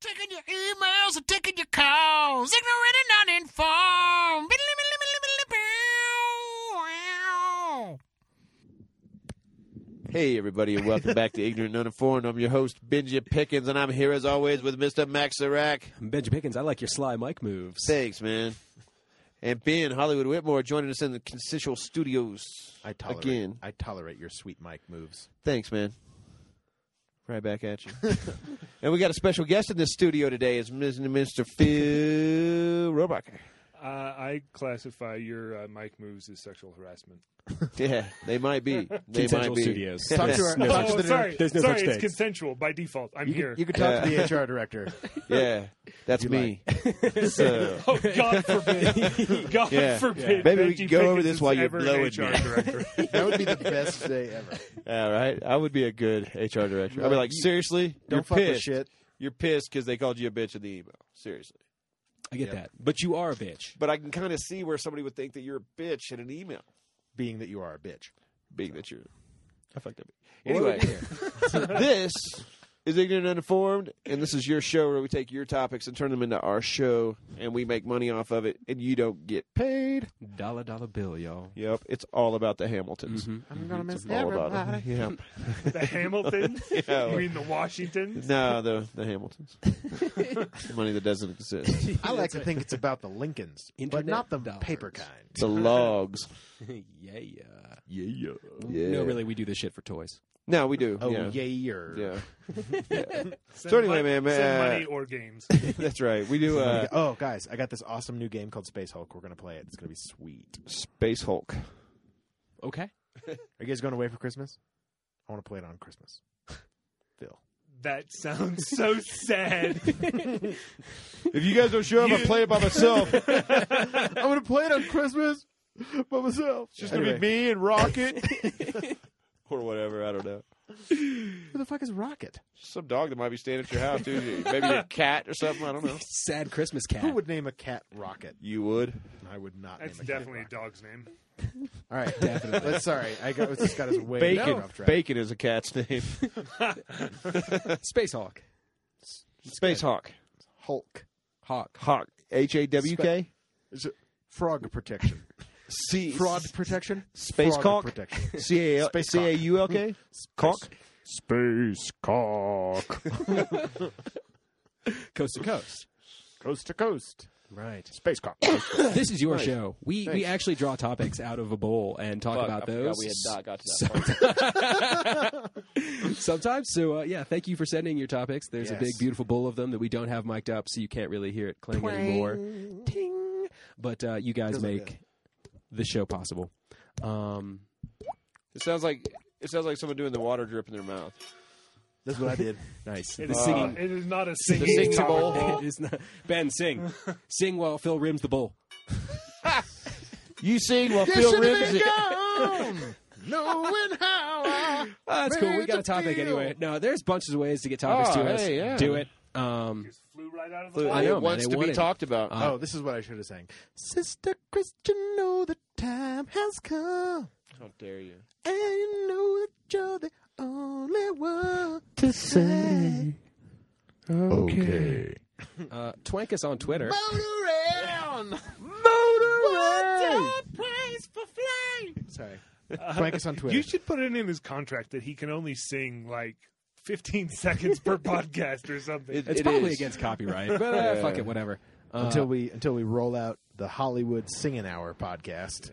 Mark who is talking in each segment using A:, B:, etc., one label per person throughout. A: Taking your emails and taking your calls. Ignorant and uninformed.
B: Hey, everybody, and welcome back to Ignorant and Uninformed. I'm your host, Benji Pickens, and I'm here as always with Mr. Max Serac.
C: Benji Pickens, I like your sly mic moves.
B: Thanks, man. And Ben Hollywood Whitmore joining us in the consensual studios.
D: I tolerate.
B: Again.
D: I tolerate your sweet mic moves.
B: Thanks, man. Right back at you. and we got a special guest in the studio today. It's Mr. Phil Robacher.
E: Uh, I classify your uh, mic moves as sexual harassment.
B: Yeah, they might be. They might
C: Consensual
B: be.
C: Studios.
D: Talk to our-
C: no
D: talk
C: such-
D: to
E: oh,
D: the-
E: sorry.
C: there's no
E: sorry,
C: such
E: it's
C: thing.
E: consensual by default. I'm
D: You
E: here.
D: Can, you can talk to the HR director.
B: Yeah, that's me. So,
E: Oh, God forbid. God
B: Yeah.
E: forbid.
B: Maybe we
E: Benji
B: can go over
E: Pickens
B: this
E: is
B: while you're
E: ever an
B: blowing
E: HR
B: me.
E: director.
D: That would be the best day ever.
B: all right, I would be a good HR director. I'd be like, seriously,
D: Don't
B: You're
D: fuck with
B: pissed.
D: shit.
B: You're pissed because they called you a bitch in the email. Seriously.
C: I get that. But you are a bitch.
B: But I can kind of see where somebody would think that you're a bitch in an email,
D: Being that you are a bitch.
B: being that you're. I fucked up. Anyway, this is Ignorant and Uninformed, and this is your show where we take your topics and turn them into our show, and we make money off of it, and you don't get paid.
C: Dollar dollar bill, y'all.
B: Yep, it's all about the Hamiltons.
C: Mm-hmm.
D: I'm gonna miss
B: It's all about it. Yep.
E: the Hamilton?
B: Yeah.
E: You mean the Washingtons?
B: No, the the Hamiltons. Money that doesn't exist.
D: I like to think it's about the Lincolns, but
C: Internet
D: not the
C: dollars.
D: paper kind.
B: The logs.
C: yeah, yeah.
B: Yeah, yeah.
C: No, really, we do this shit for toys.
B: No, we do.
D: Oh
B: yeah.
D: yeah. yayer.
B: Yeah.
E: Send
B: So anyway,
E: mon-
B: man,
E: Send
B: uh,
E: money or games.
B: That's right. We do uh,
D: oh guys, I got this awesome new game called Space Hulk. We're gonna play it. It's gonna be sweet.
B: Space Hulk.
C: Okay.
D: Are you guys going away for Christmas? I want to play it on Christmas. Phil.
E: That sounds so sad.
B: If you guys don't show up, I play it by myself. It's
D: I'm gonna play it on Christmas by myself.
B: just
D: Anyway,
B: gonna be me and Rocket, or whatever. I don't know.
D: who the fuck is Rocket?
B: Some dog that might be staying at your house too. Maybe your cat or something. I don't know.
C: Sad Christmas cat.
D: Who would name a cat Rocket?
B: You would.
D: I would not.
E: That's
D: name a
E: definitely a
D: Cat
E: dog's name.
D: Rocket. All right, definitely. That's sorry. I got this got us way
B: Bacon.
D: off track.
B: Bacon is a cat's name.
C: Space Hawk.
B: Space Hawk.
D: Hulk.
C: Hawk.
B: Hawk. H A W K.
D: Is it frog protection?
B: C.
D: Fraud protection.
B: Space
D: frog
B: cock?
D: protection.
B: C A L-
D: Space
B: C A U L K. Cock.
D: Space cock.
C: Coast to coast.
D: coast to coast.
C: Right.
D: Space cock.
C: This is your show. We we actually draw topics out of a bowl and talk about those.
B: got to
C: Sometimes. So uh, yeah, thank you for sending your topics. There's a
D: Yes.
C: big, beautiful bowl of them that we don't have mic'd up, so you can't really hear it clang anymore. Ting. But uh, you guys make the show possible. Um,
B: It sounds like it sounds like someone doing the water drip in their mouth.
D: That's what I did.
C: nice. Um,
E: It
C: the
E: is
C: singing.
E: not- it is not a singing.
B: singing
E: topic.
B: bowl.
C: it is not, ben, sing, sing while Phil rims the bowl.
B: You sing while Phil rims it.
D: Knowing how I-
C: Ah, that's cool. We
D: Made
C: got
D: to
C: a topic
D: feel.
C: anyway. No, there's bunches of ways to get topics
B: Oh,
C: to us.
B: hey, yeah.
C: Do it. Um,
E: Just flew right out of the
B: It Uh-huh.
C: I know, man.
B: wants
C: They
B: to
C: wanted-
B: be talked about.
D: Oh, this is what I should have sang. Sister Christian, know the time has come,
B: How dare you?
D: and you know that you're the only one to say. Okay.
C: uh, twank us on Twitter.
D: Sorry. Frank us on Twitter.
E: You should put it in his contract that he can only sing like 15 seconds per podcast or something.
C: It's
B: It
C: probably
B: is.
C: against copyright, but uh,
B: Yeah.
C: fuck it, whatever. Uh,
D: until we until we roll out the Hollywood Singing Hour podcast.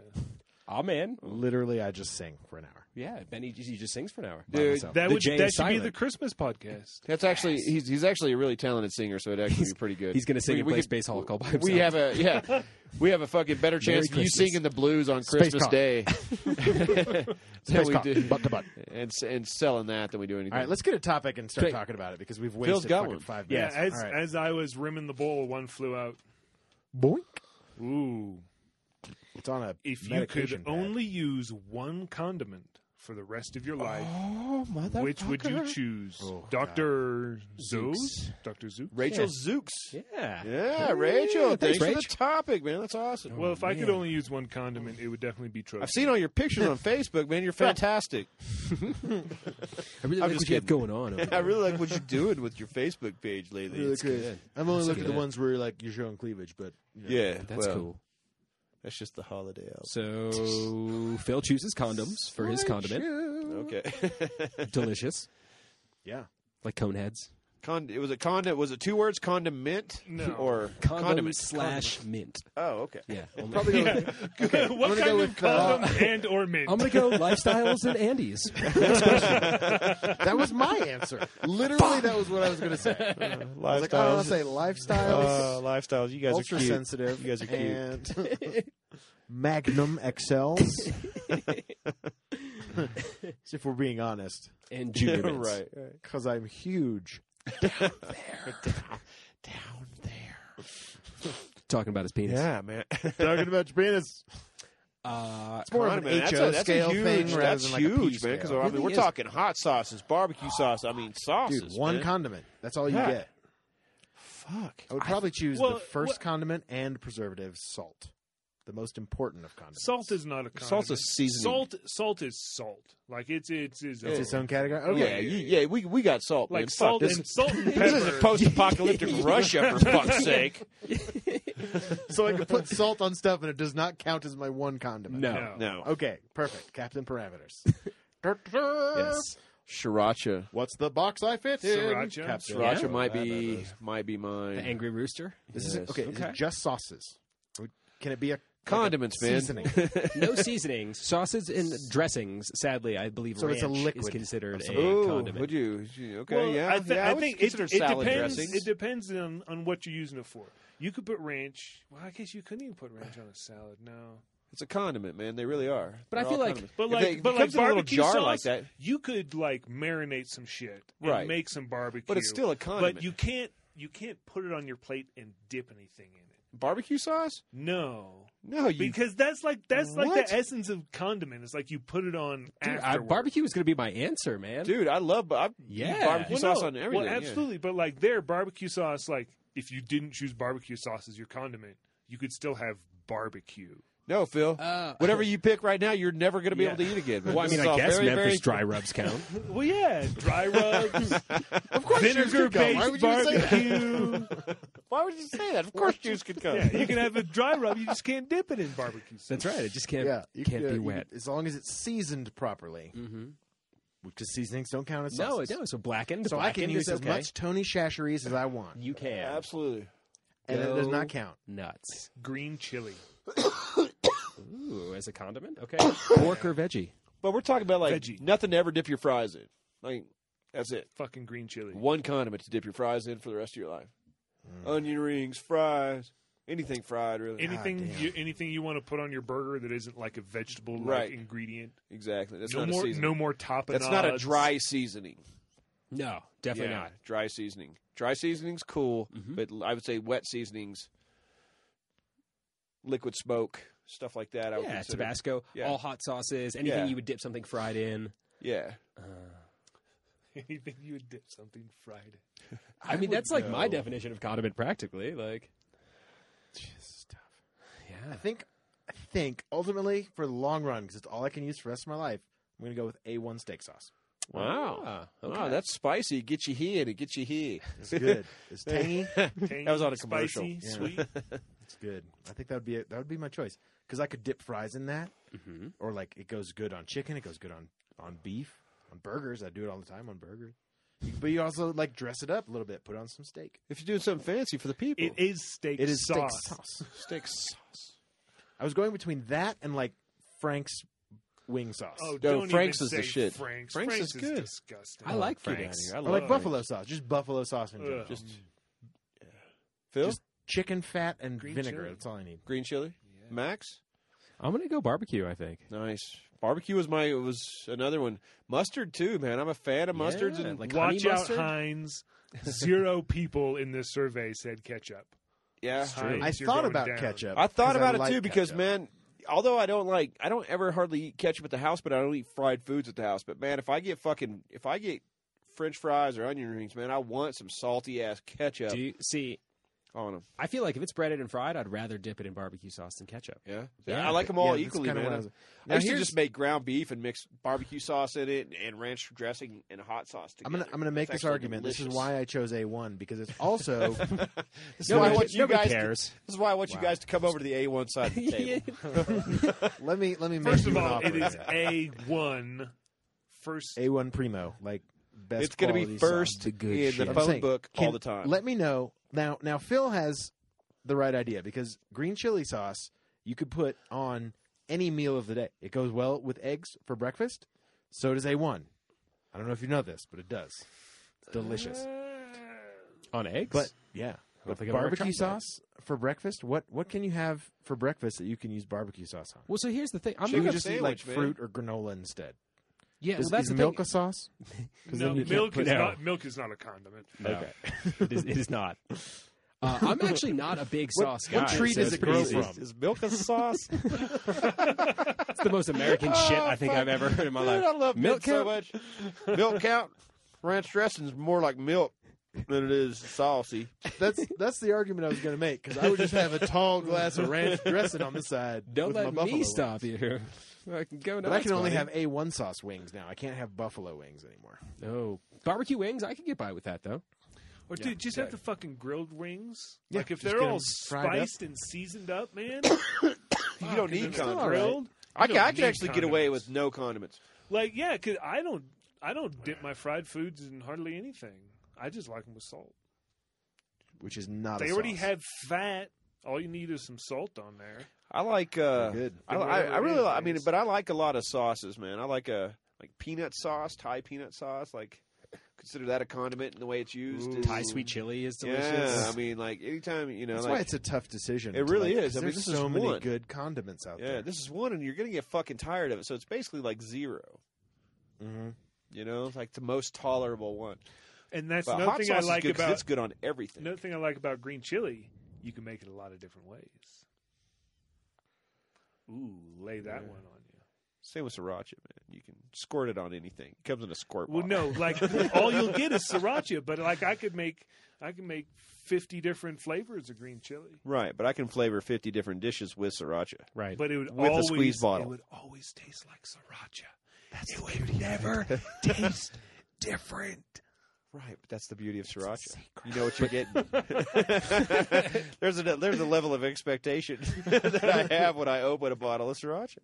C: aw, man.
D: Literally, I just sing for an hour.
C: Yeah, Benny just, he just sings for an hour. by
B: Dude,
C: himself.
E: that
C: The
E: would
C: J
E: that should
C: is silent.
E: be the Christmas podcast.
B: That's actually he's he's actually a really talented singer, so it'd actually be pretty good.
C: He's going to sing
B: We-
C: and
B: we
C: play
B: could-
C: Space Hulk all by himself.
B: We have a yeah, we have a fucking better chance of you
C: Christmas.
B: singing the blues on
D: Space
B: Christmas
D: cock.
B: Day than
D: Space
B: we
D: cock,
B: do
D: butt to butt.
B: and s- and selling that than we do anything.
D: All right, let's get a topic and start
C: Great.
D: talking about it because we've
B: Phil's
D: wasted
B: got
D: fucking
B: one.
D: five
E: Yeah,
D: minutes.
E: as
D: All right.
E: as I was rimming the bowl, one flew out.
D: boink.
E: Ooh.
D: It's on a
E: If you
D: medication
E: could
D: pad.
E: only use one condiment for the rest of your life,
D: Oh, mother.
E: which would you choose?
C: Oh,
E: Dr. Zeus?
C: Zooks.
E: Dr. Zeus?
B: Rachel Zooks.
C: Yeah.
B: Yeah, Rachel. Thanks,
C: thanks,
B: for
C: Rach. Oh.
B: the topic, man. That's awesome.
E: Well, if I could
C: man.
E: only use one condiment, it would definitely be tropic.
B: I've seen all your pictures on Facebook, man. You're fantastic.
C: I really
B: I'm
C: like
B: just
C: what you have
B: kidding.
C: going on. Over
B: I
C: there.
B: really like what you're doing with your Facebook page lately.
D: Really
B: It's-
D: good. I'm only
C: That's
D: looking at the
C: good.
D: ones where like you're showing cleavage, but you know.
B: Yeah,
C: That's
B: well,
C: cool.
B: That's just the holiday album.
C: So Phil chooses condoms for his condiment.
B: Okay.
C: Delicious.
D: Yeah.
C: Like cone heads.
B: Con- it was a condom. Was it two words? Condiment?
E: No.
B: Or
C: Condom
B: condiment
C: slash mint.
B: Oh, okay.
C: Yeah. only-
D: Probably go with- okay, I'm
E: what
D: gonna
E: kind
D: go
E: of
D: with, uh,
E: condom and or mint?
C: I'm gonna go lifestyles and Andes.
D: that was my answer. Literally, that was what I was going to say. I was like,
B: oh,
D: I want to say
B: Uh,
D: Uh, lifestyles,
B: lifestyles. You guys
D: ultra sensitive,
B: You guys are cute.
D: and Magnum XLs. if we're being honest,
C: and junior
B: Yeah,
C: mints.
B: right. right.
D: because I'm huge.
B: Down there.
C: Talking about his penis.
B: Yeah, man.
D: Talking about your penis.
C: Uh,
D: It's more of an
B: man, that's,
D: HO
B: a, that's a
D: scale
B: huge,
D: thing rather
B: that's
D: than like a P
B: huge, man. Because
D: scale.
B: I mean,
C: Really
B: we're
C: is.
B: talking hot sauces, barbecue sauce. I mean, sauces.
D: Dude, one
B: man.
D: condiment. That's all you
B: Yeah.
D: get.
B: Fuck.
D: I would probably choose
E: well,
D: the first
E: what-
D: condiment and preservative, salt, the most important of condiments.
E: Salt is not a condiment.
B: Salt's a seasoning.
E: Salt, salt is salt. Like it's it's it's,
D: It's its own category. Okay.
B: Yeah, you, yeah. We we got salt.
E: Like
B: man. Fuck,
E: salt
B: this,
E: and salt and pepper.
B: This is a post-apocalyptic Russia, for fuck's sake.
D: so I can put salt on stuff and it does not count as my one condiment.
C: no.
E: No.
B: No.
D: Okay, perfect. Captain Parameters.
C: Yes.
B: Sriracha.
D: What's the box I fit in?
E: Sriracha?
D: Captain
B: Sriracha
D: Parameters.
B: might be might be mine.
C: The angry rooster.
D: This is
B: Yes.
D: okay. Is
C: Okay.
D: it just sauces? Or Can it be a like a
B: Condiments, man.
D: Seasoning.
C: No seasonings, sauces and dressings. Sadly, I believe
D: So
C: ranch
D: it's a liquid
C: is considered
D: of
C: a
D: some
B: Oh,
C: condiment.
B: would you? Okay,
E: Well,
B: yeah.
E: I, thi-
B: yeah,
E: I
B: would
E: think it,
B: consider
E: it
B: salad
E: depends.
B: dressings.
E: It depends on, on what you're using it for. You could put ranch. Well, I guess you couldn't even put ranch on a salad. No,
B: It's a condiment, man. They really are.
C: But I
B: They're
C: feel
B: all
C: like-
B: condiments.
E: but
B: If
E: like
B: they- it
E: but like
B: becomes in a little
E: barbecue
B: jar
E: sauce,
B: like that.
E: you could like marinate some shit and
B: Right.
E: make some barbecue.
B: But it's still a condiment.
E: But you can't you can't put it on your plate and dip anything in it.
B: Barbecue sauce?
E: No,
B: No, you.
E: because that's like that's like
B: What?
E: the essence of condiment. It's like you put it on
C: Dude, I,
E: afterward.
C: barbecue was going to be my answer, man.
B: Dude, I love I,
C: Yeah.
B: barbecue
E: Well,
B: sauce
E: no.
B: on everything.
E: Well,
B: yeah.
E: absolutely. But like their barbecue sauce, like if you didn't choose barbecue sauce as your condiment, you could still have barbecue.
B: No, Phil.
C: Uh,
B: Whatever you pick right now, you're never going to be
E: Yeah.
B: able to eat again. man.
C: Well, I
B: This
C: mean,
B: is
C: I
B: all
C: guess
B: very,
C: Memphis
B: very-
C: dry rubs count.
E: Well, yeah, dry rubs,
D: Of course, yours
E: vinegar
D: could go. Why
E: based
D: would you say that?
E: barbecue.
B: Why would you say that? Of course, juice could come.
E: yeah, you can have a dry rub. You just can't dip it in barbecue sauce.
C: That's right. It just can't
D: Yeah, you
C: can't
D: could-
C: be
D: you
C: wet.
D: could- as long as it's seasoned properly,
C: Mm-hmm.
D: because seasonings don't count as
C: No,
D: sauces.
C: it, no. So blackened.
D: So I
C: blackened
D: can use
C: is
D: as
C: okay.
D: much Tony Shacheries as I want,
C: You can.
B: Absolutely.
D: and it does not
C: Go
D: count.
C: Nuts.
E: Green chili,
C: Ooh, as a condiment. Okay. Pork or veggie.
B: But we're talking about like
E: Veggie.
B: nothing to ever dip your fries in. Like that's it.
E: fucking green chili.
B: One condiment to dip your fries in for the rest of your life. Onion rings, fries, anything fried, really.
E: Anything,
D: damn.
E: you, anything you want to put on your burger that isn't like a vegetable
B: Right.
E: like ingredient.
B: exactly. That's
E: no
B: not
E: more,
B: a seasoning.
E: no more tapenades.
B: That's not a dry seasoning.
C: No, definitely not.
B: Dry seasoning. Dry seasoning's cool, but I would say wet seasonings, liquid smoke, stuff like that. I would
C: Yeah,
B: consider.
C: Tabasco,
B: Yeah.
C: all hot sauces, anything
B: Yeah.
C: you would dip something fried in.
B: Yeah.
E: Anything you would dip something fried.
C: I, mean, that's like my definition of condiment, practically. Like,
D: I
C: yeah,
D: think, I think ultimately for the long run, because it's all I can use for the rest of my life, I'm going to go with A1 steak sauce.
B: Wow.
C: Ah, okay.
B: Wow, Oh, that's spicy. It gets you here and it gets you here.
D: It's good. it's tangy.
E: Tangy,
B: that was on a commercial.
E: spicy,
D: Yeah.
E: sweet.
D: It's good. I think that would be it. that would be my choice because I could dip fries in that,
B: Mm-hmm.
C: Mhm.
D: or like it goes good on chicken. It goes good on on beef, on burgers. I do it all the time on burgers. But you also like dress it up a little bit. Put on some steak.
B: If you're doing something fancy for the people,
E: It is steak.
D: It is
E: sauce.
D: steak sauce.
B: steak sauce.
D: I was going between that and like Frank's wing sauce.
E: Oh,
D: Or,
B: No,
E: don't
B: Frank's
E: even
B: is the
E: say
B: shit.
E: Frank's,
B: Frank's
E: Frank's,
B: is good.
E: disgusting.
C: I like
B: Get outta
C: Frank's.
B: here. I love
D: like
B: it.
D: buffalo sauce. Just buffalo sauce in general.
E: Ugh.
D: Just
B: Phil,
D: just- chicken fat and
E: Green
D: vinegar.
E: chili.
D: That's all I need.
B: green chili, Max.
C: I'm gonna go barbecue. I think
B: Nice. Barbecue was my was another one. Mustard too, man. I'm a fan of mustards
C: Yeah,
B: and
C: like honey
E: Watch out,
C: mustard?
E: Heinz. Zero people in this survey said ketchup.
B: yeah.
E: Heinz,
D: I
E: you're
D: thought
E: going
D: about
E: down.
D: ketchup.
B: I thought
D: 'cause
B: about it
D: like
B: too because
D: ketchup.
B: man, although I don't like, I don't ever hardly eat ketchup at the house, but I don't eat fried foods at the house. But man, if I get fucking, if I get French fries or onion rings, man, I want some salty ass ketchup
C: Do you, see,
B: on them.
C: I feel like if it's breaded and fried, I'd rather dip it in barbecue sauce than ketchup.
B: Yeah,
C: Yeah,
B: I like them all
D: Yeah, that's
B: equally,
D: kinda
B: man. I,
D: what I was-
B: I used to
D: here's-
B: just make ground beef and mix barbecue sauce in it and ranch dressing and hot sauce
D: I'm
B: together.
D: gonna I'm gonna make
B: It's
D: this
B: actually
D: argument. This
B: delicious.
D: is why I chose A1 because it's also
B: This is
C: Nobody
B: why I
C: ca-
B: want you
C: nobody
B: guys. To,
C: cares.
B: this is why I want you
D: Wow.
B: guys to come over to the A1 side of the table.
D: let me let me make
E: First
D: you
E: of
D: an
E: all,
D: offer
E: it is
D: here.
E: a one. First,
D: A1 primo, like best.
B: it's gonna be
D: quality
B: first
C: the good
B: in
C: shit.
B: the
C: I'm
B: phone
D: saying,
B: book all
D: Can-
B: the time.
D: Let me know now. Now Phil has the right idea because green chili sauce you could put on any meal of the day. It goes well with eggs for breakfast. So does A1. I don't know if you know this, but it does. It's delicious.
C: On eggs?
D: But yeah,
C: don't think I've ever
D: barbecue
C: tried that.
D: sauce for breakfast. What what can you have for breakfast that you can use barbecue sauce on?
C: well, so here's the thing. I'm
D: You
B: Chicken
D: can
C: not
D: just eat like
B: sandwich, man.
D: fruit or granola instead.
C: Yeah,
D: Is,
C: well, that's
D: is
C: the
D: milk
C: thing.
D: a sauce? 'Cause
E: no,
D: then you can't
E: milk
D: put
E: is
D: it on.
E: not milk is not a condiment.
C: Okay, it, is, it is not. Uh, I'm actually not a big
D: What-
C: sauce guy.
D: what tree
C: so
D: does
C: it's
D: it
C: pretty
D: grow
C: easy.
D: from?
B: Is, is milk a sauce? Dude,
C: It's the most American shit I think I've ever heard in my life.
B: Oh, I love milk
C: milk
B: so
C: count?
B: much. Milk count. Ranch dressing is more like milk than it is saucy.
D: That's that's the argument I was going to make because I would just have a tall glass of ranch dressing on the side.
C: Don't
D: with my
C: let
D: buffalo
C: me
D: wings.
C: stop you. I can go
D: But I can
C: nuts,
D: only
C: buddy.
D: have a one sauce wings now. I can't have buffalo wings anymore.
C: Oh, barbecue wings. I could get by with that though.
E: Or dude, just have the fucking grilled wings.
D: Yeah,
E: like if
D: just
E: they're
D: get 'em
E: all
D: fried up.
E: spiced and seasoned up, man.
B: You don't need
E: still
B: condiments.
E: grilled.
B: I
E: You
B: can,
E: don't
B: I can
E: need
B: actually get away
E: condiments.
B: with no condiments.
E: Like, yeah, 'cause I don't, I don't dip my fried foods in hardly anything. I just like them with salt.
D: Which is not.
E: they
D: a
E: already
D: sauce.
E: have fat. All you need is some salt on there.
B: I like. uh
D: They're good.
B: I,
E: They're
B: I,
E: whatever
B: I
E: it
B: really.
E: is,
B: like- I mean,
E: it's-
B: but I like a lot of sauces, man. I like a like peanut sauce, Thai peanut sauce. Like consider that a condiment in the way it's used.
E: Ooh.
B: is-
C: Thai sweet chili is delicious.
B: Yeah, I mean, like anytime you know,
D: That's
B: like,
D: why it's a tough decision.
B: It
D: to
B: really
D: like-
B: is. I mean,
D: 'cause there's
B: this is
D: so many
B: one.
D: good condiments out
B: yeah,
D: there.
B: this is one, and you're gonna get fucking tired of it. So it's basically like zero.
D: Mhm.
B: You know, it's like the most tolerable one.
E: And that's
B: But
E: another
B: hot
E: thing I
B: sauce
E: like
B: is good 'cause
E: about
B: it's good on everything.
E: another thing I like about green chili. You can make it a lot of different ways. Ooh, lay that one on you.
B: Same with sriracha, man. You can squirt it on anything. It comes in a squirt
E: Well,
B: bottle.
E: no, like all you'll get is sriracha, but like I could make, I could make fifty different flavors of green chili,
B: Right, but I can flavor 50 different dishes with sriracha.
C: right.
E: but it would
B: With a
E: always
B: squeeze bottle.
E: it would always taste like sriracha. That's it would never taste different.
B: Right, but that's the beauty of sriracha. You know what you're getting. there's a there's a level of expectation that I have when I open a bottle of sriracha.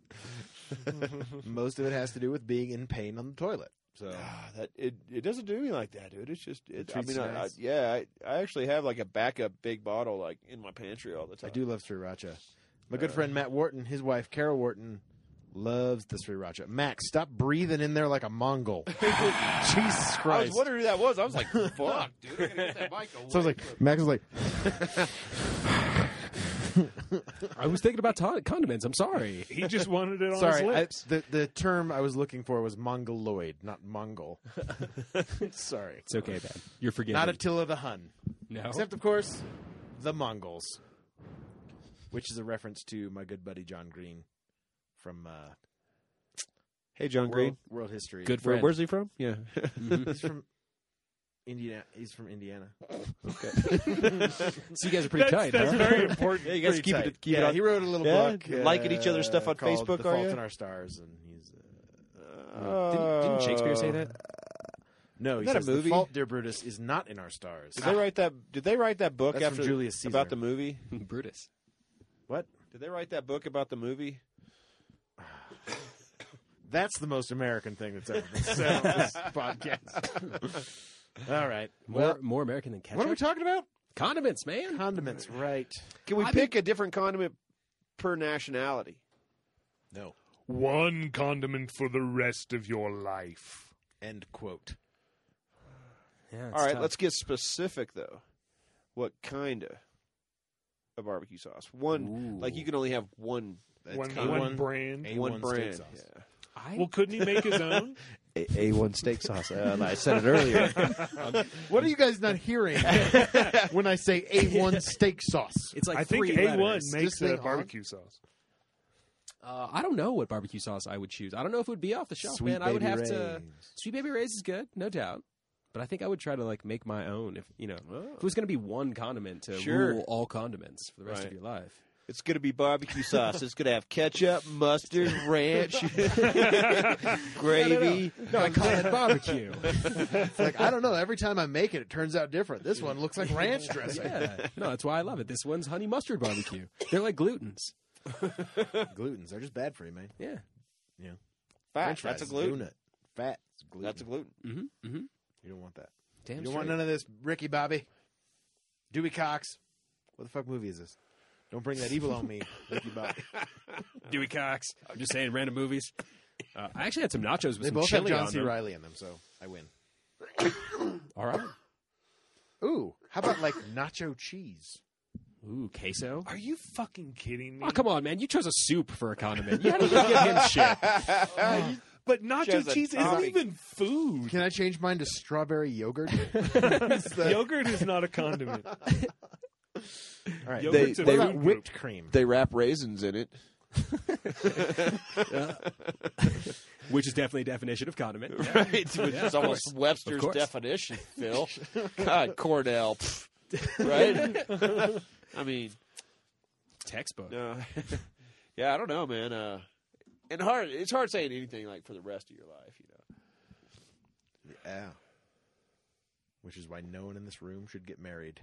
D: Most of it has to do with being in pain on the toilet. So
B: Ah, that it, it doesn't do me like that, dude. It's just it, I
D: treats
B: mean,
D: you
B: I, I,
D: nice.
B: yeah, I, I actually have like a backup big bottle like in my pantry all the
D: I
B: time.
D: do love sriracha. My
B: Uh,
D: good friend Matt Wharton, his wife Carol Wharton, loves the sriracha. Max, stop breathing in there like a Mongol. Jesus Christ!
B: I was wondering who that was. I was like, fuck, dude.
D: So I was like, Max was like,
C: I was thinking about ton- condiments. I'm sorry.
E: He just wanted it on his
D: sorry, I,
E: lips.
D: the the term I was looking for was mongoloid, not Mongol. sorry,
C: It's okay, man. You're forgiven.
D: not Attila the Hun,
B: Oh.
C: no.
D: except of course the Mongols, which is a reference to my good buddy John Green from uh,
B: Hey, John
D: World, World History.
C: Good friend. Mm-hmm.
B: he from? Yeah.
D: He's from Indiana. He's from Indiana.
C: so you guys are pretty
E: That's,
C: tight.
E: that's
C: huh?
E: very important.
B: Yeah, you guys
D: Pretty
B: keep
D: tight.
B: it, keep
D: yeah,
B: it
D: he
B: on.
D: wrote a little
B: Yeah?
D: book
B: You're liking each other's stuff on
D: called
B: Facebook,
D: The
B: are
D: Fault
B: ya?
D: in Our Stars, and he's
B: Uh,
C: didn't, didn't Shakespeare say that?
D: no, he
B: that a
D: says
B: movie?
D: The Fault, dear Brutus, is not in our stars.
B: Did they write that? Did they write that book
D: That's from
B: after
D: Julius Caesar.
B: about the movie?
C: Brutus.
D: what?
B: Did they write that book about the movie?
D: That's the most American thing that's ever been said on this podcast. All right.
C: More,
D: Well,
C: more American than ketchup.
D: what are we talking about?
C: condiments, man.
D: Condiments, right?
B: Can we
C: I
B: pick a different condiment per nationality?
D: No.
E: One condiment for the rest of your life.
D: End quote.
C: Yeah, it's
B: All right,
C: tough.
B: let's get specific though. What kind of a barbecue sauce? One,
C: Ooh.
B: like you can only have one,
D: That's
E: one,
D: kind of
E: one
D: one-
E: brand.
D: A-
B: one
D: one steak
B: brand.
D: sauce.
C: I,
E: Well, couldn't he make his own?
B: A one steak sauce. I said it earlier.
D: What are you guys not hearing when I say A1 steak sauce?
C: it's like
E: I think
C: three
E: A1
C: letters.
D: This
E: makes
D: thing
E: a
D: on?
E: barbecue sauce.
C: Uh, I don't know what barbecue sauce I would choose. I don't know if it would be off the shelf, man. I would have to. Sweet Baby Ray's is good, no doubt. But I think I would try to like make my own if you know if it was going to be one condiment to
B: Sure.
C: rule all condiments for the rest
B: Right.
C: of your life.
B: It's gonna be barbecue sauce. It's gonna have ketchup, mustard, ranch, gravy.
C: No, I call it barbecue.
D: It's like I don't know. Every time I make it, it turns out different. This one looks like ranch dressing.
C: yeah, no, that's why I love it. This one's honey mustard barbecue. They're like glutens.
D: Glutens, they're just bad for you, man.
C: Yeah.
B: Fat.
D: French
B: That's a
D: fries,
B: gluten.
D: Donut. Fat. is gluten.
B: That's a gluten.
C: Mm-hmm. Mm-hmm.
D: you don't want that.
C: Damn
D: you don't want
C: straight.
D: none of this, Ricky Bobby, Dewey Cox. What the fuck movie is this? Don't bring that evil on me, Ricky Bobby.
C: Dewey Cox. I'm just saying random movies. Uh, I actually had some nachos with
D: They
C: some
D: both have
C: chili
D: John
C: on
D: C.
C: them.
D: Riley in them, so I win.
C: All right.
D: Ooh, how about like nacho cheese?
C: Ooh, queso.
E: Are you fucking kidding me?
C: Oh, come on, man. You chose a soup for a condiment. You had to give him shit.
E: But
B: She has
E: nacho
B: a
E: cheese isn't
B: topping.
E: even food.
D: Can I change mine to strawberry yogurt?
E: Yogurt is not a condiment.
D: All right.
E: Yogurt's
B: They- they-
E: a food
D: what about
E: group.
D: whipped cream?
B: They wrap raisins in it.
C: Which is definitely a definition of condiment.
B: Right, which is almost Webster's
C: course.
B: definition, Phil. God, Cornell, pff, right? I mean,
C: Textbook.
B: no, Uh, yeah, I don't know, man. Uh, and hard, it's hard saying anything like for the rest of your life, you know.
D: Yeah. Which is why no one in this room should get married.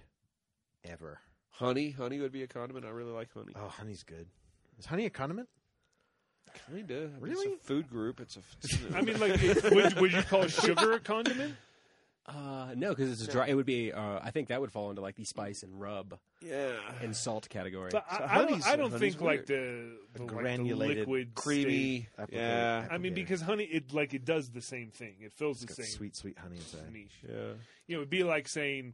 D: Ever.
B: Honey, honey would be a condiment. I really like honey.
D: Oh, honey's good. Is honey a condiment?
B: Kinda, I mean,
D: Really?
B: It's a food group. It's a. It's a-
E: I mean, like, it- would, would you call sugar a condiment?
C: Uh, no, because it's a dry. It would be. Uh, I think that would fall into like the spice and rub
B: yeah,
C: and salt category.
E: But
B: So
E: I, I don't,
B: honey's-
E: I don't
B: honey's
E: think like the, the, like, the
D: granulated,
E: liquid state.
B: creamy.
D: Applicator.
B: Yeah,
E: I mean,
D: Applicator.
E: because honey, it like it does the same thing. It fills the
D: It's got
E: same
D: sweet, sweet honey inside.
E: niche.
B: yeah.
E: You know, it'd be like saying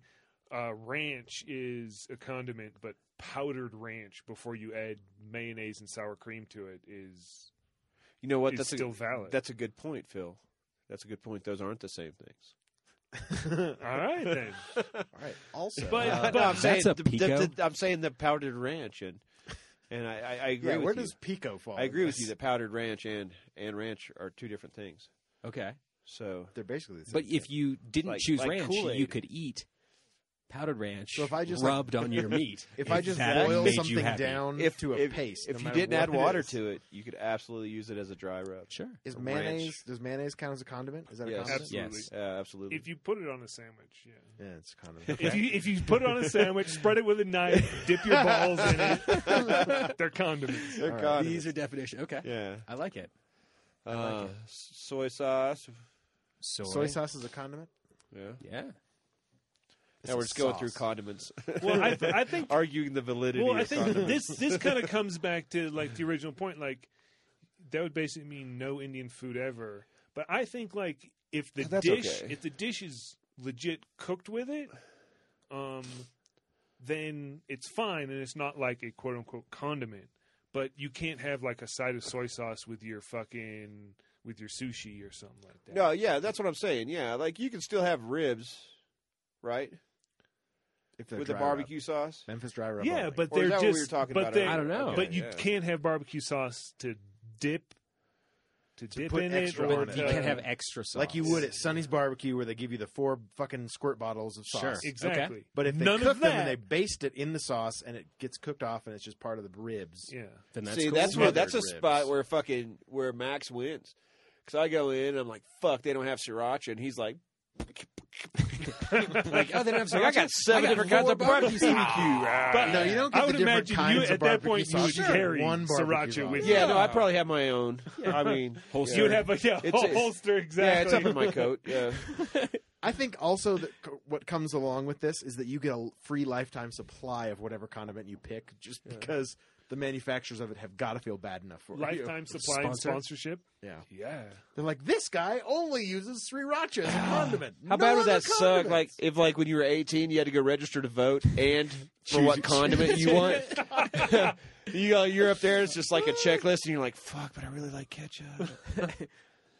E: uh, ranch is a condiment, but powdered ranch before you add mayonnaise and sour cream to it is
B: You know what?
E: is
B: That's a
E: still valid.
B: that's a good point, Phil. That's a good point. Those aren't the same things.
E: All right then.
D: All right. Also,
E: But-
D: uh,
E: but- No, I'm
C: saying That's a the- the- pico.
B: I'm saying the powdered ranch and and I, I, I agree.
D: yeah,
B: with
D: where
B: you.
D: does pico fall?
B: I
D: in
B: agree with
D: this?
B: you that powdered ranch and and ranch are two different things.
C: okay.
B: So
D: They're basically the same.
C: But if
D: thing.
C: you didn't
B: Like-
C: choose
B: like
C: ranch,
B: Kool-Aid.
C: you could eat powdered ranch
D: So if I just, like-
C: rubbed on your meat.
D: if I just
C: that
D: boil
C: made you
D: something
C: happy.
D: down
B: if
D: to a
B: if,
D: paste,
B: if
D: no
B: you
D: matter
B: didn't add
D: what it
B: water
D: is.
B: to it, you could absolutely use it as a dry rub.
C: Sure.
D: is
B: or
D: mayonnaise?
B: ranch.
D: Does mayonnaise count as a condiment? Is that
B: Yes.
D: a condiment?
E: Absolutely.
C: Yes.
B: Yeah, absolutely.
E: If you put it on a sandwich, yeah.
D: Yeah, it's a condiment.
E: If you if you put it on a sandwich, spread it with a knife, dip your balls in it. They're condiments.
B: They're
D: All right.
B: condiments.
C: These are definition. Okay.
B: yeah,
C: I like it.
B: uh, s- soy sauce.
C: Soy.
D: Soy sauce is a condiment.
B: Yeah.
C: Yeah.
B: now we're
D: is
B: just going
D: sauce.
B: through condiments,
E: Well, I, I think
B: arguing the validity.
E: well,
B: of
E: I think
B: condiments.
E: this this kind of comes back to like the original point. Like that would basically mean no Indian food ever. But I think like if the
B: That's
E: dish
B: okay.
E: if the dish is legit cooked with it, um, then it's fine and it's not like a quote unquote condiment. But you can't have like a side of soy sauce with your fucking with your sushi or something like that.
B: No, yeah, that's what I'm saying. Yeah, like you can still have ribs, right,
D: If they're
B: with the
D: dry rub.
B: barbecue sauce.
D: Memphis dry rub.
E: Yeah,
D: only.
E: but
B: Or is
E: they're
B: that
E: just
B: what we were talking
E: but
B: about?
E: they-
C: I don't know.
B: Okay,
E: But you
B: Oh, yeah.
E: can't have barbecue sauce to dip to, dip
D: put
E: in
D: extra
E: it, or
D: on it.
E: to-
C: You can have extra sauce.
D: like you would at Sonny's Barbecue, where they give you the four fucking squirt bottles of sauce.
C: Sure.
E: exactly.
D: But if they
E: None
D: cook
E: of
D: them
E: that,
D: and they baste it in the sauce, and it gets cooked off, and it's just part of the ribs.
E: yeah.
C: Then that's
B: See,
C: cool.
B: that's where that's a
D: Smothered
B: spot
D: ribs.
B: where fucking where Max wins. Because I go in and I'm like, fuck, they don't have sriracha, and he's like,
C: like oh, they don't have
B: I got seven different kinds
C: four
B: of barbecue. sauce.
E: But
D: No, you don't get
E: I
D: the
E: would
D: different
E: imagine
D: kinds
E: you
D: of
E: at that
D: barbecue
E: point you
D: sauce.
E: would
D: Sure.
E: carry
D: One barbecue
E: sriracha with
D: sauce.
E: you.
B: yeah, no, I probably have my own. I mean,
C: Holster.
E: you would have a yeah,
B: It's- it's-
E: holster exactly.
B: yeah, it's up in my coat. Yeah,
D: I think also that c- what comes along with this is that you get a free lifetime supply of whatever condiment you pick, just because the manufacturers of it have got to feel bad enough for
E: Lifetime supply and
C: Sponsor.
E: sponsorship.
D: you. Yeah,
E: Yeah.
D: they're like this guy only uses sriracha as a condiment.
B: how
D: No
B: bad would
D: other
B: that suck?
D: condiments."
B: Like if like when you were 18, you had to go register to vote and for what condiment you want. you go, you're up there, it's just like a checklist, and you're like, fuck, but I really like ketchup.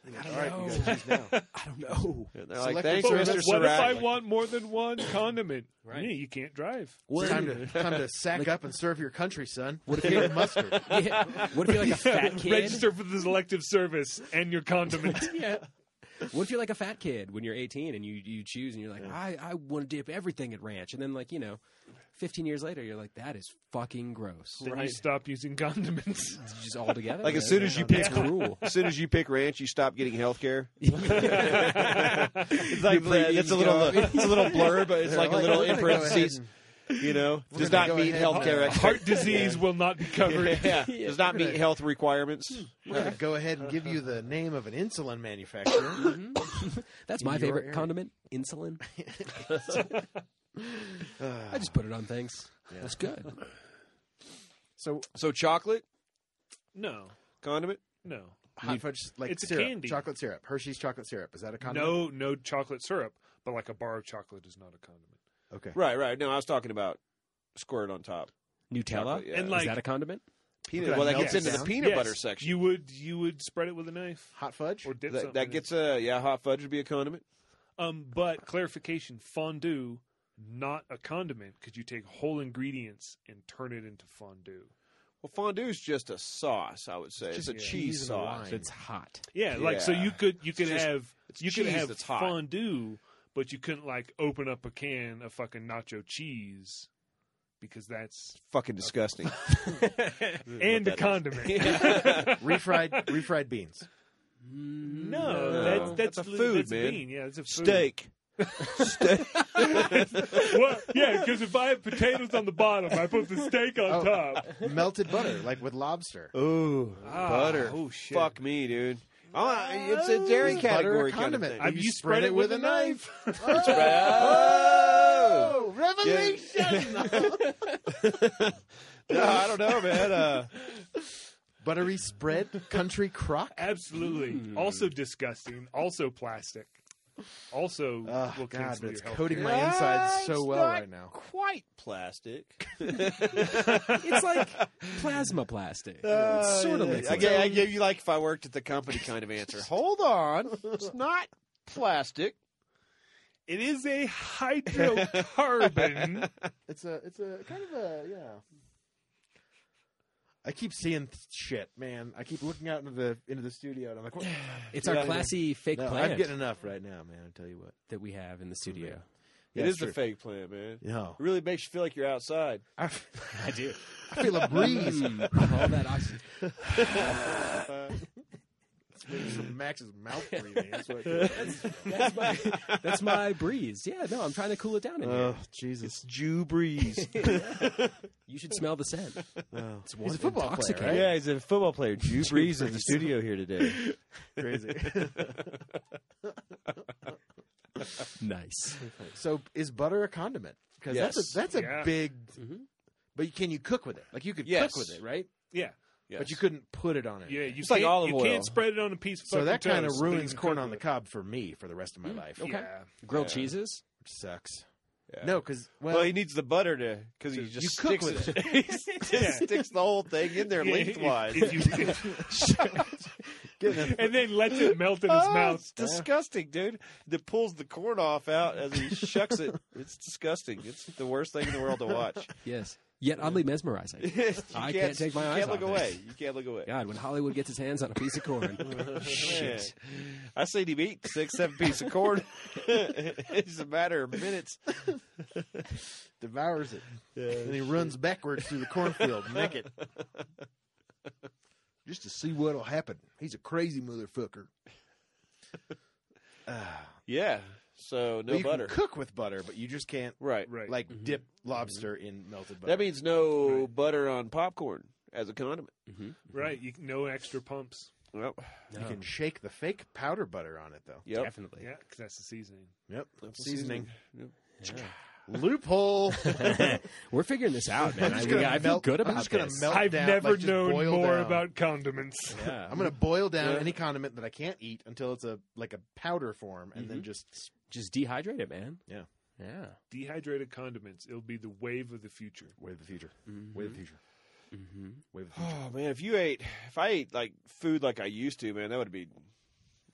C: I
B: All right,
C: don't
B: you
C: know.
B: gotta choose now.
C: I don't know.
B: And they're like,
D: Select
B: thanks,
E: But
D: your
E: what
B: Mr.
D: choice.
E: if I
B: Sirac.
E: want more than one condiment?
C: Right.
E: Yeah, you can't drive.
D: It's time
C: What
D: to time to sack
C: Like-
D: up and serve your country, son. What if you had mustard?
C: if, yeah, what if you're like a fat kid?
E: Register for the elective service and your condiment.
C: yeah. What if you're like a fat kid when you're 18 and you, you choose and you're like, I, I want to dip everything at ranch. And then, like, you know, 15 years later, you're like, that is fucking gross.
E: Then you stop using condiments.
C: It's just all together.
B: Like,
C: man.
B: as soon as you
C: That's
B: pick-
C: cruel.
B: As soon as you pick ranch, you stop getting health care.
E: it's
B: It's like the,
C: premiums
B: it's a little
C: go up.
B: it's a little blurb, but it's like "Oh, a
D: They're
B: little
D: "We're
B: in
D: gonna go ahead
B: parentheses.
D: and-
B: You know,
D: We're
B: does
D: gonna
B: not
D: go
B: meet
D: ahead.
B: healthcare
D: Yeah.
B: expert-
E: Heart disease will not be covered.
B: Yeah. does not meet health requirements.
D: We're gonna go ahead and give you the name of an insulin manufacturer.
C: That's
D: In
C: my
D: your
C: favorite
D: area.
C: condiment, insulin. I
D: Ah.
C: just put it on things. That's good.
D: so
B: So chocolate
E: No,
B: condiment.
E: no,
D: hot fudge like
E: it's a
D: syrup,
E: candy.
D: chocolate syrup, Hershey's chocolate syrup. Is that a condiment?
E: no, no chocolate syrup. But like a bar of chocolate is not a condiment.
D: No. Okay.
B: Right, right. No, I was talking about squirt on top.
C: Nutella?
B: Chocolate, yeah.
E: And,
C: Is
E: like-
C: that a condiment?
D: Peanut.
B: well, that
E: melt
B: gets
E: it
B: into the
D: down?
B: peanut
E: Yes,
B: butter section.
E: You would you would spread it with a knife
D: hot fudge.
E: or dip
B: that,
E: something
B: that
E: in
B: gets a yeah. Hot fudge would be a condiment.
E: it. um. But clarification: fondue, not a condiment, because you take whole ingredients and turn it into fondue.
B: Well, fondue is just a sauce. I would say it's,
D: just
B: a
E: yeah.
B: cheese
D: cheese and
B: sauce.
D: wine.
C: That's hot.
E: Yeah, like so
B: Yeah.
E: you could you could
B: just-
E: have
B: It's
E: you
B: cheese
E: could have
B: that's hot.
E: fondue, but you couldn't like open up a can of fucking nacho cheese because that's
B: Fucking disgusting.
E: and
B: that
E: a
B: is.
E: condiment.
D: refried refried beans.
E: No,
B: No.
E: that's that's,
B: That's a
E: li-
B: food,
E: that's
B: man.
E: Bean. Yeah, it's a food.
B: Steak.
E: well, yeah, because if I have potatoes on the bottom, I put the steak on
D: Oh.
E: top.
D: Melted butter, like with lobster.
B: Ooh,
E: Ah,
B: butter.
E: oh, shit. Ah,
B: Fuck me, dude. Oh, it's a dairy
D: Is butter a
B: category
D: condiment?
B: Kind of
E: I-
B: thing.
D: You spread it with a knife.
B: Oh!
D: Oh, revelation!
B: No, I don't know, man. Uh,
D: Buttery spread, country crock.
E: Absolutely.
D: Hmm.
E: Also disgusting. Also plastic. Also,
D: Oh,
E: will
D: God,
E: cancel
D: but it's
E: your health
D: coating
E: care.
D: my insides
B: Ah,
D: so
B: it's
D: well
B: not
D: right now.
B: Quite plastic.
C: It's like plasma plastic. it's sort of liquid.
B: Uh, Ah, I, gave, I gave you like if I worked at the company kind of answer. Hold on, it's not plastic.
E: It is a hydrocarbon.
D: It's a, it's a kind of a, yeah. I keep seeing th- shit, man. I keep looking out into the into the studio, and I'm like, what?
C: It's
B: Yeah,
C: our
B: yeah.
C: classy fake
D: no,
C: plant
D: I'm getting enough right now, man. I tell you what,
C: that we have in the studio.
D: Yeah,
B: it
D: it's
B: is
D: true.
B: the fake plant, man. It
D: No,
B: really makes you feel like you're outside.
D: I,
C: I do.
D: I feel a breeze
C: all that oxygen.
D: from Max's mouth breathing. That's what I
B: Oh,
D: feel.
C: That's my, that's my breeze. Yeah, no, I'm trying to cool it down in here.
D: Oh, Jesus.
B: Jew breeze.
C: You should smell the scent.
D: Oh.
C: It's
D: He's a football player,
C: intoxicating.
D: right?
B: he's a football player. Jew breeze in the studio here today.
D: Crazy.
C: Nice.
D: so is butter a condiment? Because
B: Yes. Mm-hmm.
D: that's a, that's a
E: Yeah.
D: big.
C: Mhm.
D: But you, can you cook with it? Like you could
B: Yes.
D: cook with it, right?
E: yeah.
D: But you couldn't put it on it.
E: Yeah, you
B: It's like
E: can't,
B: olive
E: you
B: oil.
E: can't spread it on a piece of
D: So
E: fucking
D: that kind of
E: toast, but
D: ruins
E: you can
D: corn
E: cook
D: on the
E: with
D: cob for me for the rest of
B: Mm,
D: my life,
E: it.
C: Okay.
E: Yeah.
C: Grilled
B: Yeah.
C: cheeses?
D: which sucks.
B: Yeah.
D: No, because well,
B: Well, he needs the butter to because he just
D: you cook
B: sticks
D: with
B: it. he just sticks the whole thing in there
E: Yeah,
B: lengthwise.
E: if- if you-
D: getting a-
E: and then lets it melt in his
D: Ah,
B: Oh,
E: mouth.
B: It's disgusting, dude. That pulls the corn off out as he shucks it. It's disgusting. It's the worst thing in the world to watch.
C: Yes. Yet oddly mesmerizing.
B: You
C: I can't take my
B: you
C: eyes
B: can't
C: off
B: look
C: it.
B: away. You can't look away.
C: God, when Hollywood gets his hands on a piece of corn. Oh, Mm-hmm. Shit.
B: Man, I seen him eat six, seven pieces of corn. it's a matter of minutes.
D: devours it, and he runs backwards through the cornfield naked, just to see what'll happen. He's a crazy motherfucker. Ah.
B: Yeah. So no
D: Well, you can
B: butter.
D: cook with butter, but you just can't
B: Right.
E: Right.
D: like
C: Mhm.
D: dip lobster in melted butter.
B: That means no
E: Right.
B: butter on popcorn as a condiment.
E: right. You, no extra pumps.
B: Well,
D: you
B: Oh.
D: can shake the fake powder butter on it though.
B: yep.
C: Definitely.
E: Yeah, because that's the seasoning.
D: Yep,
B: That's the
D: seasoning
B: seasoning.
D: loophole.
C: We're figuring this out, man.
D: I'm
C: I,
D: just
C: we-
D: gonna
C: I feel
D: melt-
C: good
D: I'm
C: about
D: just gonna
C: this.
D: melt-
E: I've
D: down,
E: never
D: like, just
E: known
D: boil
E: more
D: down.
E: about condiments.
C: Yeah.
D: I'm gonna boil down
B: Yeah.
D: any condiment that I can't eat until it's a like a powder form, and then
B: Mm-hmm.
C: Mhm.
D: just
C: Just dehydrate it, man.
D: Yeah.
C: Yeah.
E: Dehydrated condiments. It'll be the wave of the future.
D: wave the future,
B: Mm-hmm.
C: Mhm.
D: wave the future,
C: Mhm.
D: wave the future.
B: Oh man, if you ate, if I ate like food like I used to, man, that would be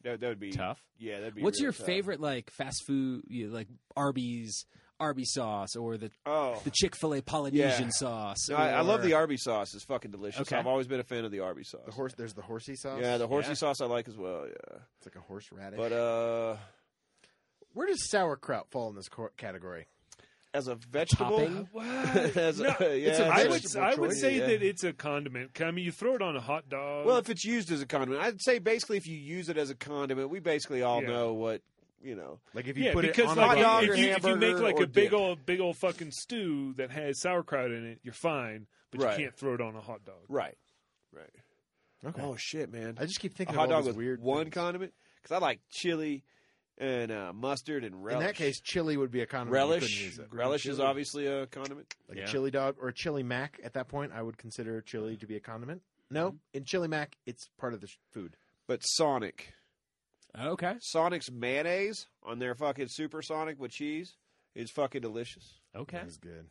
B: That, that would be
C: Tough.
B: Yeah, that'd be.
C: What's
B: real
C: your
B: tough.
C: favorite like fast food, you know, like Arby's Arby's sauce or the
B: Oh,
C: the Chick Fil A Polynesian sauce?
B: No, I, I love
C: or-
B: the Arby sauce. It's fucking delicious.
C: Okay.
B: I've always been a fan of the Arby sauce.
D: The horse. There's the horsey sauce.
B: Yeah, the horsey
C: Yeah.
B: sauce I like as well. Yeah,
D: It's like a horseradish.
B: but uh,
D: where does sauerkraut fall in this cor- category?
B: as a vegetable,
C: topping?
B: as a,
E: No,
B: yeah,
D: it's a
E: I
B: as
E: would
D: vegetable
E: I would
D: choice.
E: say
B: Yeah.
E: that it's a condiment. I mean, you throw it on a hot dog.
B: Well, if it's used as a condiment, I'd say basically if you use it as a condiment, we basically all
E: Yeah.
B: know what you know.
D: Like if you
E: yeah,
D: put it
E: because
D: on
E: like
B: hot
D: a
B: dog
E: if,
B: or
E: you, if you make
B: hamburger
E: like
B: or
E: a big
B: dip.
E: old big old fucking stew that has sauerkraut in it, you're fine, but
B: Right.
E: you can't throw it on a hot dog.
B: Right, right.
D: Okay.
B: Oh shit, man!
D: I just keep
B: A
D: thinking
B: hot
D: of all
B: dog
D: these
B: with
D: weird
B: one
D: things.
B: condiment because I like chili and uh, mustard and
D: In
B: relish.
D: that case, chili would be a condiment. You couldn't
B: relish,
D: use it.
B: relish
E: Green
B: is
E: chili.
B: obviously a condiment.
D: like
C: Yeah.
D: a chili dog or a chili mac. At that point, I would consider chili to be a condiment. No,
C: Mm-hmm.
D: in chili mac, it's part of the sh- food.
B: But Sonic,
C: Okay.
B: Sonic's mayonnaise on their fucking supersonic with cheese is fucking delicious.
C: Okay.
D: That's good.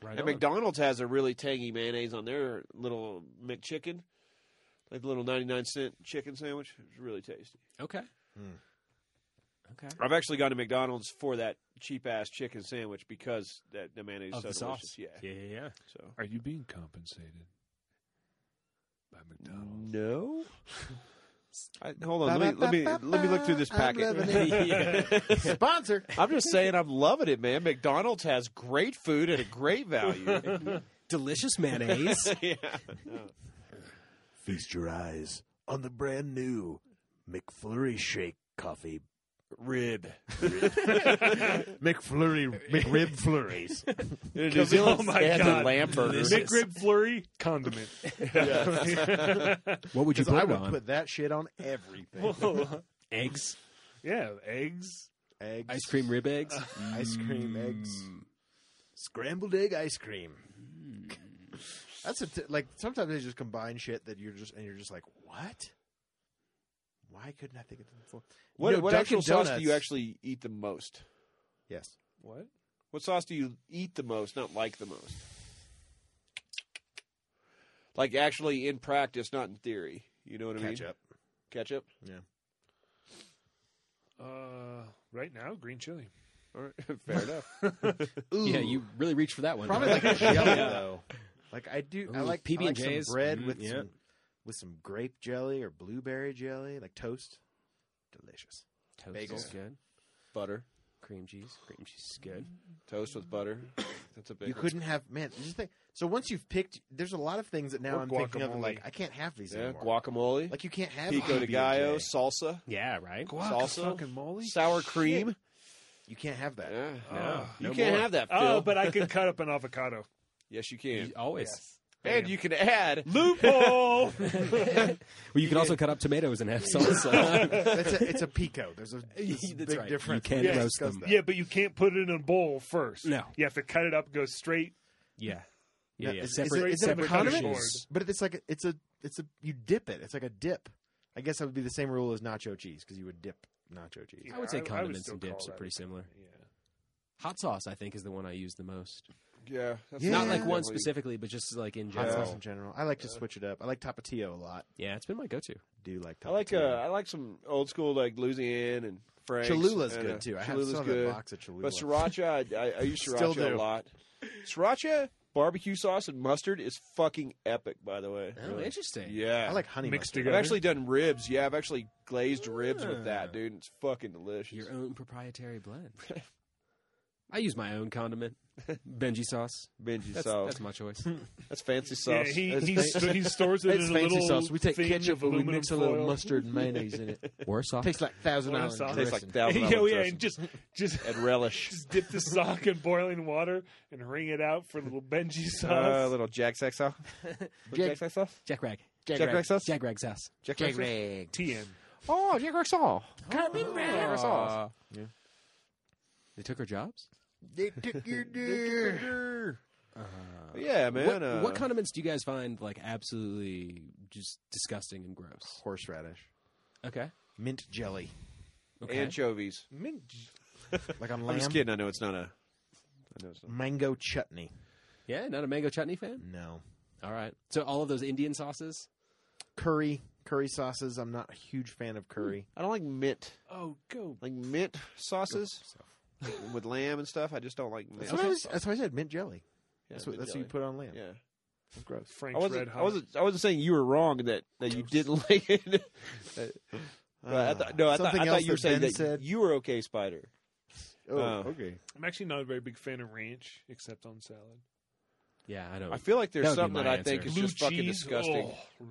C: Right
B: And
C: on.
B: McDonald's has a really tangy mayonnaise on their little McChicken, like the little ninety-nine cent chicken sandwich. It's really tasty.
C: Okay.
D: Hmm.
C: Okay.
B: I've actually gone to McDonald's for that cheap ass chicken sandwich because that the mayonnaise
C: Of
B: is so
C: the
B: delicious.
C: sauce.
B: Yeah.
C: Yeah. Yeah. yeah.
B: So
E: Are you being compensated by McDonald's?
B: no. I, hold on. Let me, let me let me look through this
D: I'm loving
B: packet.
D: it.
C: Yeah.
D: Sponsor.
B: I'm just saying, I'm loving it, man. McDonald's has great food at a great value.
C: Delicious mayonnaise.
B: yeah.
D: Feast your eyes on the brand new McFlurry Shake coffee.
B: Rib.
D: McFlurry McRib flurries.
B: New
E: Zealand, Oh my
B: they had the
E: God.
B: lamb burgers.
E: McRib flurry condiment.
C: what would you
D: Because
C: put
D: I
C: it
D: would
C: on?
D: put that shit on everything.
E: Whoa.
C: eggs,
E: yeah, eggs.
D: eggs,
C: ice cream rib eggs,
D: ice cream, eggs,
C: Mm.
D: scrambled egg ice cream.
C: Mm.
D: That's a t- like sometimes they just combine shit that you're just and you're just like what? Why couldn't I think of it before?
B: What,
D: You know,
B: what
D: Dunkin'
B: actual sauce do
D: Donuts-
B: you actually eat the most?
D: Yes,
E: What?
B: What sauce do you eat the most, not like the most? Like actually in practice, not in theory. You know what I mean?
D: ketchup.
B: Ketchup.
E: Uh, right now, green chili.
B: All right. Fair enough.
D: Ooh,
C: Yeah, you really reached for that one.
D: probably like a jelly though. Like I do, I
C: Ooh,
D: like I like some
C: PB&Js.
D: bread
C: Mm,
D: with
C: yeah.
D: some with some grape jelly or blueberry jelly, like toast. Delicious.
C: Toast
D: Bagel.
C: is good.
B: butter.
C: Cream cheese. Cream cheese is good.
B: Toast with butter. That's a big.
D: You
B: one.
D: couldn't have man. Just think. So once you've picked, there's a lot of things that now
E: Or
D: I'm thinking of.
E: guacamole.
D: Like I can't have these
B: Yeah.
D: anymore.
B: Guacamole.
D: Like you can't have
B: pico de
D: PB&J.
B: gallo. Salsa.
C: Yeah. Right.
B: Salsa?
E: fucking moly.
B: Sour cream.
D: You can't have that.
B: Yeah.
E: Ah.
B: you
C: no
B: can't
C: more.
B: have that. Phil.
E: Oh, but I could cut up an avocado.
B: yes, you can.
C: You- always.
B: And you can add.
E: Loophole.
C: Well, you can also cut up tomatoes and have salsa.
D: That's a, it's a pico. There's a
C: That's
D: it's a big
C: right.
D: difference.
C: You can't
D: We
E: roast
D: discussed
C: them.
D: that.
E: yeah, but you can't put it in a bowl first.
C: No.
E: you have to cut it up, go straight.
C: yeah. Yeah.
D: Now,
C: yeah.
D: is- is it-
C: separate
D: is it a
C: separate
D: condiment?
C: dishes.
D: But it's like a, it's a it's a you dip it. It's like a dip. I guess that would be the same rule as nacho cheese because you would dip nacho cheese.
E: Yeah,
C: I would say
E: I- I would
C: condiments
E: still
C: and dips
E: call
C: are
E: that
C: pretty similar.
E: Yeah.
C: Hot sauce, I think, is the one I use the most.
B: Yeah. that's
D: Yeah.
C: Not like one
B: definitely-
C: specifically, but just like in
D: Hot
B: Yeah.
D: sauce
C: general.
D: in general. I like to switch it up. I like tapatio a lot.
C: Yeah, it's been my go-to.
D: Do like
B: I like uh,
D: tapatio.
B: I like some old school like Louisiana and Frank's.
D: Cholula's
B: and, uh,
D: good too. I have
B: Cholula's
D: saw
B: good.
D: that box of Cholula.
B: But sriracha, I, I, I use
D: Still
B: sriracha a
D: do.
B: lot. Sriracha, barbecue sauce, and mustard is fucking epic. By the way,
C: Oh, interesting.
B: yeah,
D: I like honey
E: Mixed
D: mustard.
B: I've
E: together.
B: actually done ribs. Yeah, I've actually glazed ribs with
C: Ah.
B: that, dude. It's fucking delicious.
C: Your own proprietary blend. I use my own condiment, Benji sauce.
B: Benji
C: That's,
B: sauce.
C: that's my choice.
B: That's, fancy sauce.
E: Yeah, he
B: That's
E: he,
B: fa-
E: sto- he stores it in a little thing of aluminum foil.
D: and mayonnaise in it.
C: or sauce.
D: Tastes like Thousand
E: Well,
D: Island.
E: that's
B: tastes like
D: dressing.
B: thousand Island
E: yeah, yeah,
B: dressing.
E: and just just
B: and relish.
E: just dip the sock in boiling water and wring it out for little Benji
B: Uh,
E: sauce.
B: little Jack Sack sauce. Little Jack Sack sauce.
C: Jack rag.
B: Jack Rag sauce?
C: Jack rag sauce.
B: Jack Sack sauce.
E: TM.
B: Oh, Jack Sack sauce.
C: Jack
B: sauce.
C: Yeah. Ah. They took our jobs.
D: They took your deer.
B: Yeah, man.
C: what,
B: uh,
C: what condiments do you guys find like absolutely just disgusting and gross?
D: Horseradish.
C: Okay.
D: Mint jelly.
C: Okay.
B: Anchovies.
E: Mint.
D: Like on
B: I'm
D: lamb.
B: just kidding. I know it's not a. I know it's not.
D: Mango chutney. Mm-hmm.
C: yeah, not a mango chutney fan.
D: No.
C: All right. So all of those Indian sauces.
D: Curry. curry sauces. I'm not a huge fan of curry.
B: I don't like mint,
E: Oh, go.
B: like mint sauces with lamb and stuff. I just don't like mint.
D: That's, what I was, that's why I said mint jelly.
B: Yeah,
D: That's what,
B: mint
D: that's what you
B: jelly.
D: put on lamb.
B: Yeah.
D: It's gross.
B: I
E: Frank's Red
B: wasn't,
E: Hot.
B: I wasn't. I wasn't saying you were wrong that, that you didn't like it. But I thought- no, I thought,
D: something
B: I
D: else
B: thought you were
D: that
B: saying
D: Ben
B: that
D: said.
B: you were okay, Spider.
D: Oh,
B: Oh.
D: okay.
E: I'm actually not a very big fan of ranch, except on salad.
C: Yeah, I know.
B: I feel like there's
C: That would be
B: something that
C: my
B: I think
C: answer.
B: is
E: Blue
B: just fucking
E: cheese,
B: disgusting.
E: oh.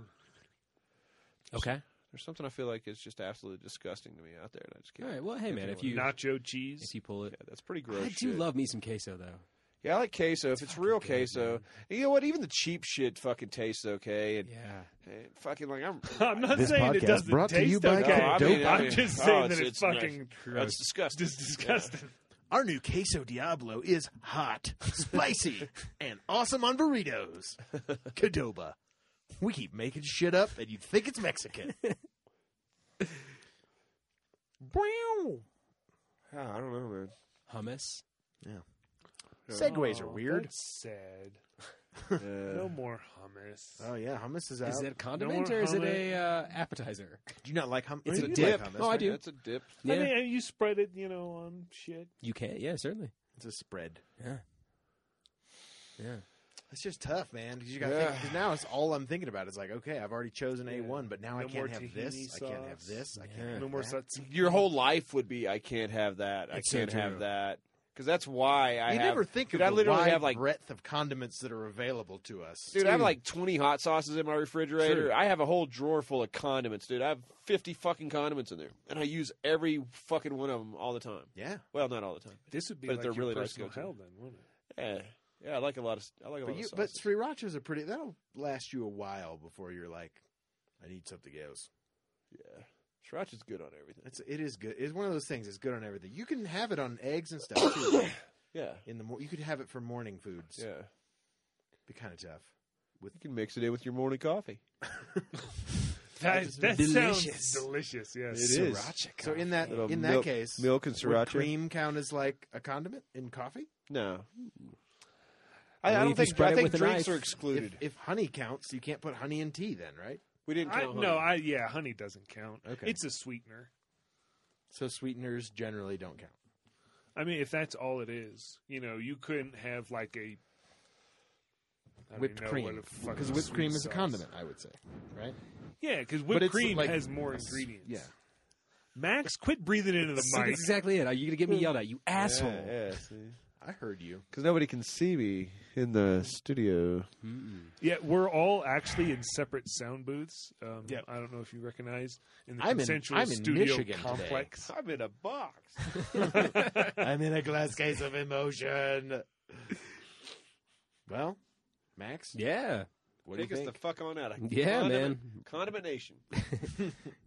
C: okay.
B: There's something I feel like is just absolutely disgusting to me out there, and I just
C: All
B: can't.
C: right. Well, hey man, if you
E: Nacho cheese.
C: if you pull it,
B: Yeah, that's pretty gross.
C: I do
B: shit.
C: love me some queso though.
B: Yeah, I like queso. If it's
C: fucking
B: real
C: good,
B: queso,
C: man.
B: And you know what? Even the cheap shit fucking tastes okay, and,
C: Yeah.
B: and fucking like I'm.
E: I'm not
D: This
E: saying it
D: podcast
E: doesn't
D: brought to
E: taste
D: you by
E: okay.
B: No, I
E: dope.
B: mean, I
E: I'm
B: mean-
E: just
B: oh,
E: saying
B: it's-
E: that it's,
B: it's nice.
E: fucking
B: That's
E: gross.
B: disgusting.
E: Just disgusting.
D: Our new queso Diablo is hot, spicy, and awesome on burritos. Cadoba. We keep making shit up, and you think it's Mexican.
B: Yeah, Ah, I don't know, man.
C: Hummus.
D: Segways are
E: Oh,
D: weird.
E: that's sad.
B: Yeah.
E: No more hummus.
D: Oh yeah, hummus is out.
C: Is it a condiment
E: more
C: or is it
E: hummus.
C: a uh, appetizer?
D: do you not like hummus?
C: It's
D: You
C: a
D: like
C: dip.
D: hummus,
C: Oh, I
D: right?
C: do.
B: That's a dip.
E: I mean, you spread it, you know, on shit.
C: You can. Yeah, certainly.
D: It's a spread.
C: Yeah. Yeah.
D: It's just tough, man. Because you got to
B: Yeah.
D: because now it's all I'm thinking about. It's like, okay, I've already chosen
E: Yeah.
D: a one, but now I
E: No more
D: can't have this.
E: tahini
D: I can't have
E: sauce.
D: this. I can't.
C: Yeah.
D: Have
E: No more
D: that.
E: satsi-
B: Your whole life would be I can't have that. I
C: It's so
B: can't have
C: true.
B: that because that's why I
D: You
B: have.
D: never think
B: dude,
D: of
B: I
D: the
B: literally
D: wide
B: have like
D: breadth of condiments that are available to us.
B: Dude, I have like 20 hot sauces in my refrigerator.
C: Sure.
B: I have a whole drawer full of condiments, dude. I have 50 fucking condiments in there, and I use every fucking one of them all the time.
D: yeah,
B: Well, not all the time.
E: This would be
B: But
E: like
B: they're
E: your
B: really nice
E: personal
B: go-to.
E: hell, then, wouldn't it?
B: Yeah, yeah. I like a lot of. I like a
D: but
B: lot
D: you,
B: of
D: but
B: sauces.
D: srirachas are pretty. That'll last you a while before you're like, I need something else.
B: yeah, sriracha's good on everything.
D: It's it is good. It's one of those things. It's good on everything. You can have it on eggs and stuff too.
B: Yeah,
D: in the mor- you could have it for morning foods.
B: yeah.
D: be kind of tough.
B: You can mix it in with your morning coffee.
E: That, that
C: delicious.
E: sounds delicious. Yes,
B: It is.
D: So in that
B: Little
D: in
B: milk-
D: that case,
B: milk and
D: would
B: sriracha.
D: cream count as like a condiment in coffee?
B: No, I, I
C: I mean,
B: don't
C: if you
B: think.
C: spread
B: I
C: it
B: think
C: with a
B: drinks
C: knife,
B: are
C: if-
B: excluded.
D: If, if honey counts, you can't put honey in tea, then right?
B: we didn't
E: I,
B: count.
E: no,
B: honey.
E: I yeah, honey doesn't count.
D: Okay.
E: it's a sweetener.
D: So sweeteners generally don't count.
E: I mean, if that's all it is, you know, you couldn't have like a I don't
D: Whipped
E: even know what
D: cream,
E: a fucking
D: because whipped
E: sweet
D: cream is a
E: sauce-
D: condiment, I would say, right?
E: Yeah, because
D: But
E: whipped
D: it's
E: cream
D: like-
E: has more ingredients.
D: Yeah.
E: Max, quit breathing into the
C: See,
E: mic.
C: that's exactly it. Are you gonna get me yelled at? You asshole.
B: Yeah,
D: I heard you.
B: Because nobody can see me in the studio.
E: Yeah, we're all actually in separate sound booths. Um,
D: Yep.
E: I don't know if you recognize in the
D: I'm in-
E: consensual
D: I'm in
E: studio
D: Michigan today.
E: complex.
B: I'm in a box.
D: I'm in a glass case of emotion. well, Max,
C: Yeah.
D: what do you
B: Take us
D: think?
B: the fuck on out. of
C: Yeah,
B: condiment-
C: man.
B: Condemnation.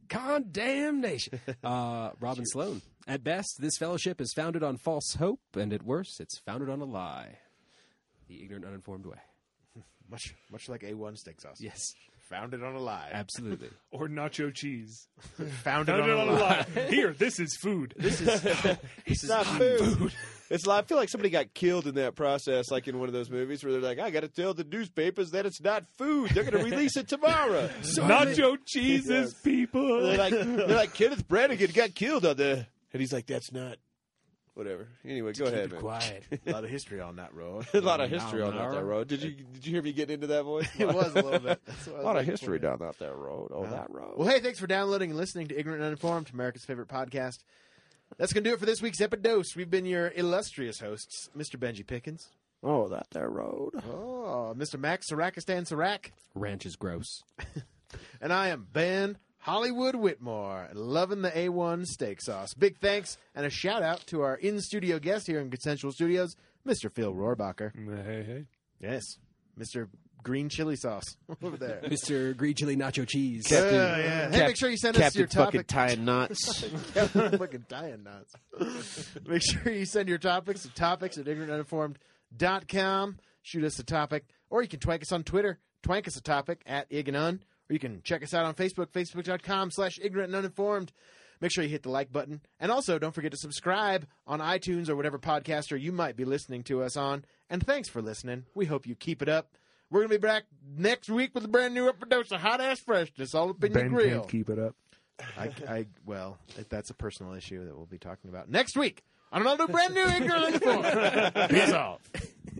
C: Condemnation. Uh, Robin Sloan. At best, this fellowship is founded on false hope, and at worst, it's founded on a lie. The ignorant, uninformed way.
D: much, much like A1 steak sauce.
C: Yes,
D: Founded on a lie.
C: absolutely.
E: or nacho cheese.
D: Founded,
E: Found it
D: on a lie.
E: lie. Here, this is food. This is
B: It's not food. It's like, I feel like somebody got killed in that process, like in one of those movies where they're like, "I got to tell the newspapers that it's not food. They're going to release it tomorrow."
E: nacho cheeses,
B: they're
E: people.
B: like, they're like Kenneth Branagh got killed on the, and he's like, "That's not." Whatever. Anyway, go ahead, man.
C: Quiet.
D: a lot of history on that road.
B: A lot of history
C: Now,
B: on out that
C: now.
B: road. Did you did you hear me get into that voice?
D: it was a little bit. That's
B: a
D: what I was
B: lot of
D: looking
B: history
D: for.
B: down out that road. On that road.
D: Well, hey, thanks for downloading and listening to Ignorant and Uninformed, America's favorite podcast. That's going to do it for this week's Epidose. We've been your illustrious hosts, Mr. Benji Pickens.
B: oh, that there road.
D: Oh, Mr. Max Sarakistan Sarak.
C: Ranch is gross.
D: And I am Ben Hollywood Whitmore, loving the A1 steak sauce. Big thanks and a shout out to our in studio guest here in Consensual Studios, Mr. Phil Rohrbacher.
E: Hey, hey.
D: Yes, Mr. Green Chili Sauce over there.
C: Mr. Green Chili Nacho Cheese.
D: Yeah, yeah. Hey, make sure you send us your topic.
B: tying knots.
D: Captain fucking tying knots. Make sure you send your topics to topics at ignorantuninformed.com. Shoot us a topic, or you can twank us on Twitter, twank us a topic at ig and un, or you can check us out on Facebook, facebook.com slash ignorant and uninformed. Make sure you hit the like button. And also, don't forget to subscribe on iTunes or whatever podcaster you might be listening to us on. And thanks for listening. We hope you keep it up. We're gonna be back next week with a brand new upper dose of hot ass freshness all up in your grill.
E: keep it up.
D: I, I well, that's a personal issue that we'll be talking about next week on another brand new Ignorant Informer. Peace out.